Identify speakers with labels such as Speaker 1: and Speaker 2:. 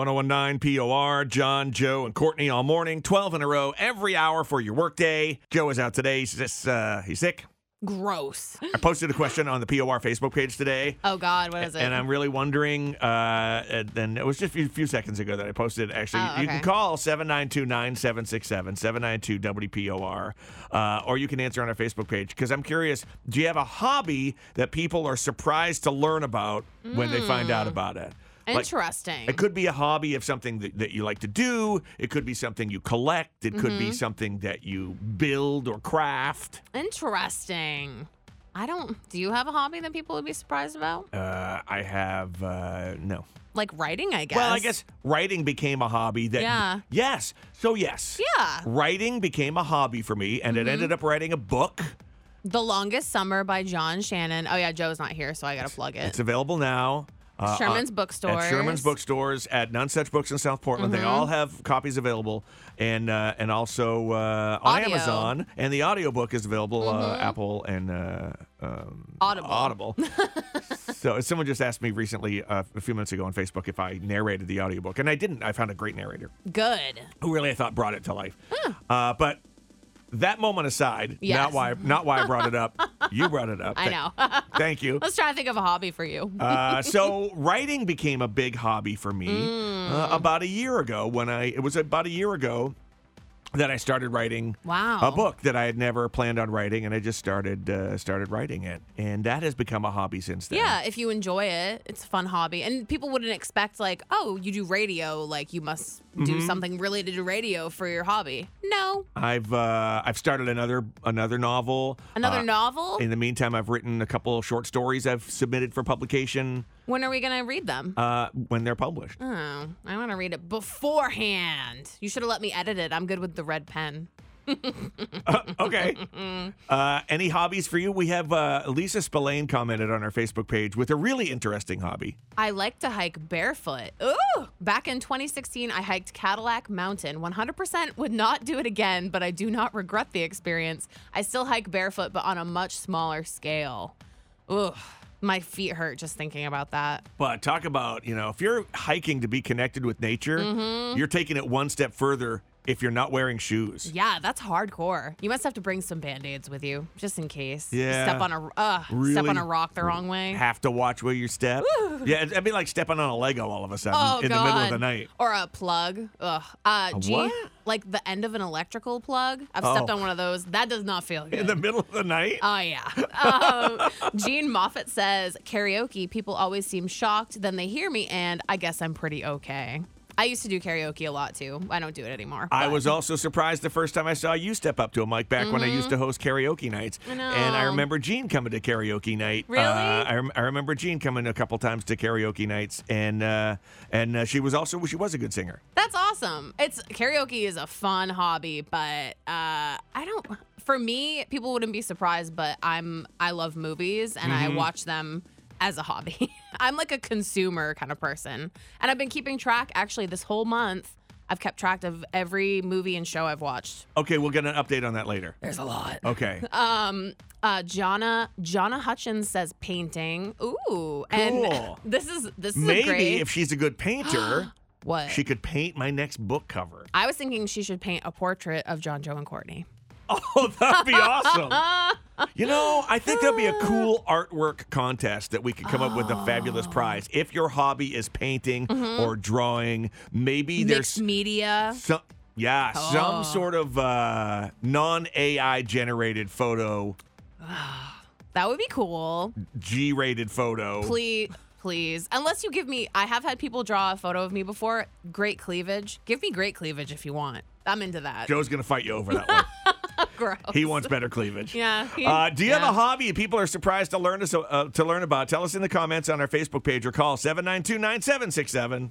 Speaker 1: 1019 POR, John, Joe, and Courtney all morning, 12 in a row, every hour for your workday. Joe is out today. He's, just, uh, he's sick.
Speaker 2: Gross.
Speaker 1: I posted a question on the POR Facebook page today.
Speaker 2: Oh God, what is it?
Speaker 1: And I'm really wondering, uh, and then it was just a few- few seconds ago that I posted. Actually,
Speaker 2: Oh,
Speaker 1: you can
Speaker 2: okay.
Speaker 1: call 792 9767, 792 WPOR, uh, or you can answer on our Facebook page. Because I'm curious, do you have a hobby that people are surprised to learn about when they find
Speaker 2: Mm.
Speaker 1: out about it? Like,
Speaker 2: Interesting.
Speaker 1: it could be a hobby of something that, that you like to do. It could be something you collect. It
Speaker 2: Mm-hmm.
Speaker 1: could be something that you build or craft.
Speaker 2: Interesting. I don't. Do you have a hobby that people would be surprised about?
Speaker 1: Uh, I have uh, no.
Speaker 2: Like writing, I guess.
Speaker 1: Well, I guess writing became a hobby that.
Speaker 2: Yeah.
Speaker 1: Yes. So, yes.
Speaker 2: Yeah. Mm-hmm.
Speaker 1: Writing became a hobby for me, and it ended up writing a book.
Speaker 2: The Longest Summer by John Shannon. Oh yeah, Joe's not here, so I gotta plug it.
Speaker 1: It's available now. uh,
Speaker 2: Sherman's
Speaker 1: on-
Speaker 2: bookstores. Mm-hmm.
Speaker 1: At Sherman's bookstores, at None Such Books in South Portland. They all have copies available, and uh, and also uh, on
Speaker 2: Audio. Mm-hmm.
Speaker 1: Amazon. And the audiobook is available, uh, Apple and uh, um,
Speaker 2: Audible.
Speaker 1: Audible. so someone just asked me recently, uh, a few minutes ago on Facebook, if I narrated the audiobook, and I didn't. I found a great narrator.
Speaker 2: Good.
Speaker 1: who really I thought brought it to life. Uh, but that moment aside, not
Speaker 2: Hmm. Yes.
Speaker 1: why not why I brought it up. you brought it up.
Speaker 2: I
Speaker 1: Thank-
Speaker 2: know.
Speaker 1: Thank you.
Speaker 2: Let's try to think of a hobby for you.
Speaker 1: Uh, so writing became a big hobby for me uh,
Speaker 2: Mm.
Speaker 1: about a year ago when I it was about a year ago that I started writing
Speaker 2: Wow.
Speaker 1: a book that I had never planned on writing and I just started uh, started writing it and that has become a hobby since then.
Speaker 2: yeah, if you enjoy it, it's a fun hobby, and people wouldn't expect like, oh, you do radio, like you must do
Speaker 1: Mm-hmm.
Speaker 2: something related to radio for your hobby. No,
Speaker 1: I've uh, I've started another another novel.
Speaker 2: another
Speaker 1: Uh,
Speaker 2: novel.
Speaker 1: In the meantime, I've written a couple of short stories I've submitted for publication.
Speaker 2: when are we gonna read them?
Speaker 1: uh, when they're published.
Speaker 2: Oh, I want to read it beforehand. You should have let me edit it. I'm good with the red pen.
Speaker 1: Okay. uh, any hobbies for you? We have uh, Lisa Spillane commented on our Facebook page with a really interesting hobby.
Speaker 2: I like to hike barefoot. Ooh! Back in 2016, I hiked Cadillac Mountain. 100% would not do it again, but I do not regret the experience. I still hike barefoot, but on a much smaller scale. Ooh, my feet hurt just thinking about that.
Speaker 1: But talk about, you know, if you're hiking to be connected with nature,
Speaker 2: Mm-hmm.
Speaker 1: you're taking it one step further if you're not wearing shoes.
Speaker 2: Yeah, that's hardcore. You must have to bring some band aids with you, just in case. You
Speaker 1: Yeah.
Speaker 2: Step on a uh, step
Speaker 1: Really
Speaker 2: on a rock the wrong way.
Speaker 1: Have to watch where you step. Yeah, it'd be like stepping on a Lego all of a sudden
Speaker 2: Oh,
Speaker 1: in
Speaker 2: God.
Speaker 1: the middle of the night.
Speaker 2: Or a plug. Ugh. Uh, gee,
Speaker 1: what?
Speaker 2: Like the end of an electrical plug. I've
Speaker 1: Oh.
Speaker 2: stepped on one of those. That does not feel good.
Speaker 1: In the middle of the night?
Speaker 2: Oh, yeah. Um, Gene Moffat says karaoke, people always seem shocked. Then they hear me, and I guess I'm pretty okay. I used to do karaoke a lot too. I don't do it anymore.
Speaker 1: I
Speaker 2: but- Mm-hmm.
Speaker 1: was also surprised the first time I saw you step up to a mic back when I used to host karaoke nights.
Speaker 2: I know.
Speaker 1: And I remember Gene coming to karaoke night.
Speaker 2: Really?
Speaker 1: Uh, I, rem- I remember Gene coming a couple times to karaoke nights, and uh, and uh, she was also she was a good singer.
Speaker 2: That's awesome. It's karaoke is a fun hobby, but uh, I don't. For me, people wouldn't be surprised, but I'm I love movies and
Speaker 1: Mm-hmm.
Speaker 2: I watch them as a hobby. I'm like a consumer kind of person, and I've been keeping track. Actually, this whole month, I've kept track of every movie and show I've watched.
Speaker 1: Okay, we'll get an update on that later.
Speaker 2: There's a lot.
Speaker 1: Okay.
Speaker 2: Um, uh, Jonna Jonna Hutchins says painting. Ooh, and
Speaker 1: Cool.
Speaker 2: this is this is a
Speaker 1: Maybe
Speaker 2: great
Speaker 1: if she's a good painter,
Speaker 2: what
Speaker 1: she could paint my next book cover.
Speaker 2: I was thinking she should paint a portrait of John, Joe, and Courtney.
Speaker 1: Oh, that'd be awesome. You know, I think that'd be a cool artwork contest that we could come up with a fabulous
Speaker 2: Oh.
Speaker 1: prize. If your hobby is painting
Speaker 2: Mm-hmm.
Speaker 1: or drawing, maybe
Speaker 2: Mixed
Speaker 1: there's
Speaker 2: media.
Speaker 1: some yeah,
Speaker 2: Oh.
Speaker 1: some sort of uh, non AI generated photo,
Speaker 2: That would be cool.
Speaker 1: G rated photo.
Speaker 2: Please, please. Unless you give me, I have had people draw a photo of me before. Great cleavage. Give me great cleavage if you want. I'm into that.
Speaker 1: Joe's gonna fight you over that one.
Speaker 2: Gross.
Speaker 1: he wants better cleavage.
Speaker 2: Yeah. he-
Speaker 1: Uh, do you
Speaker 2: yeah.
Speaker 1: have a hobby people are surprised to learn us, uh, to learn about? Tell us in the comments on our Facebook page or call 792 9767.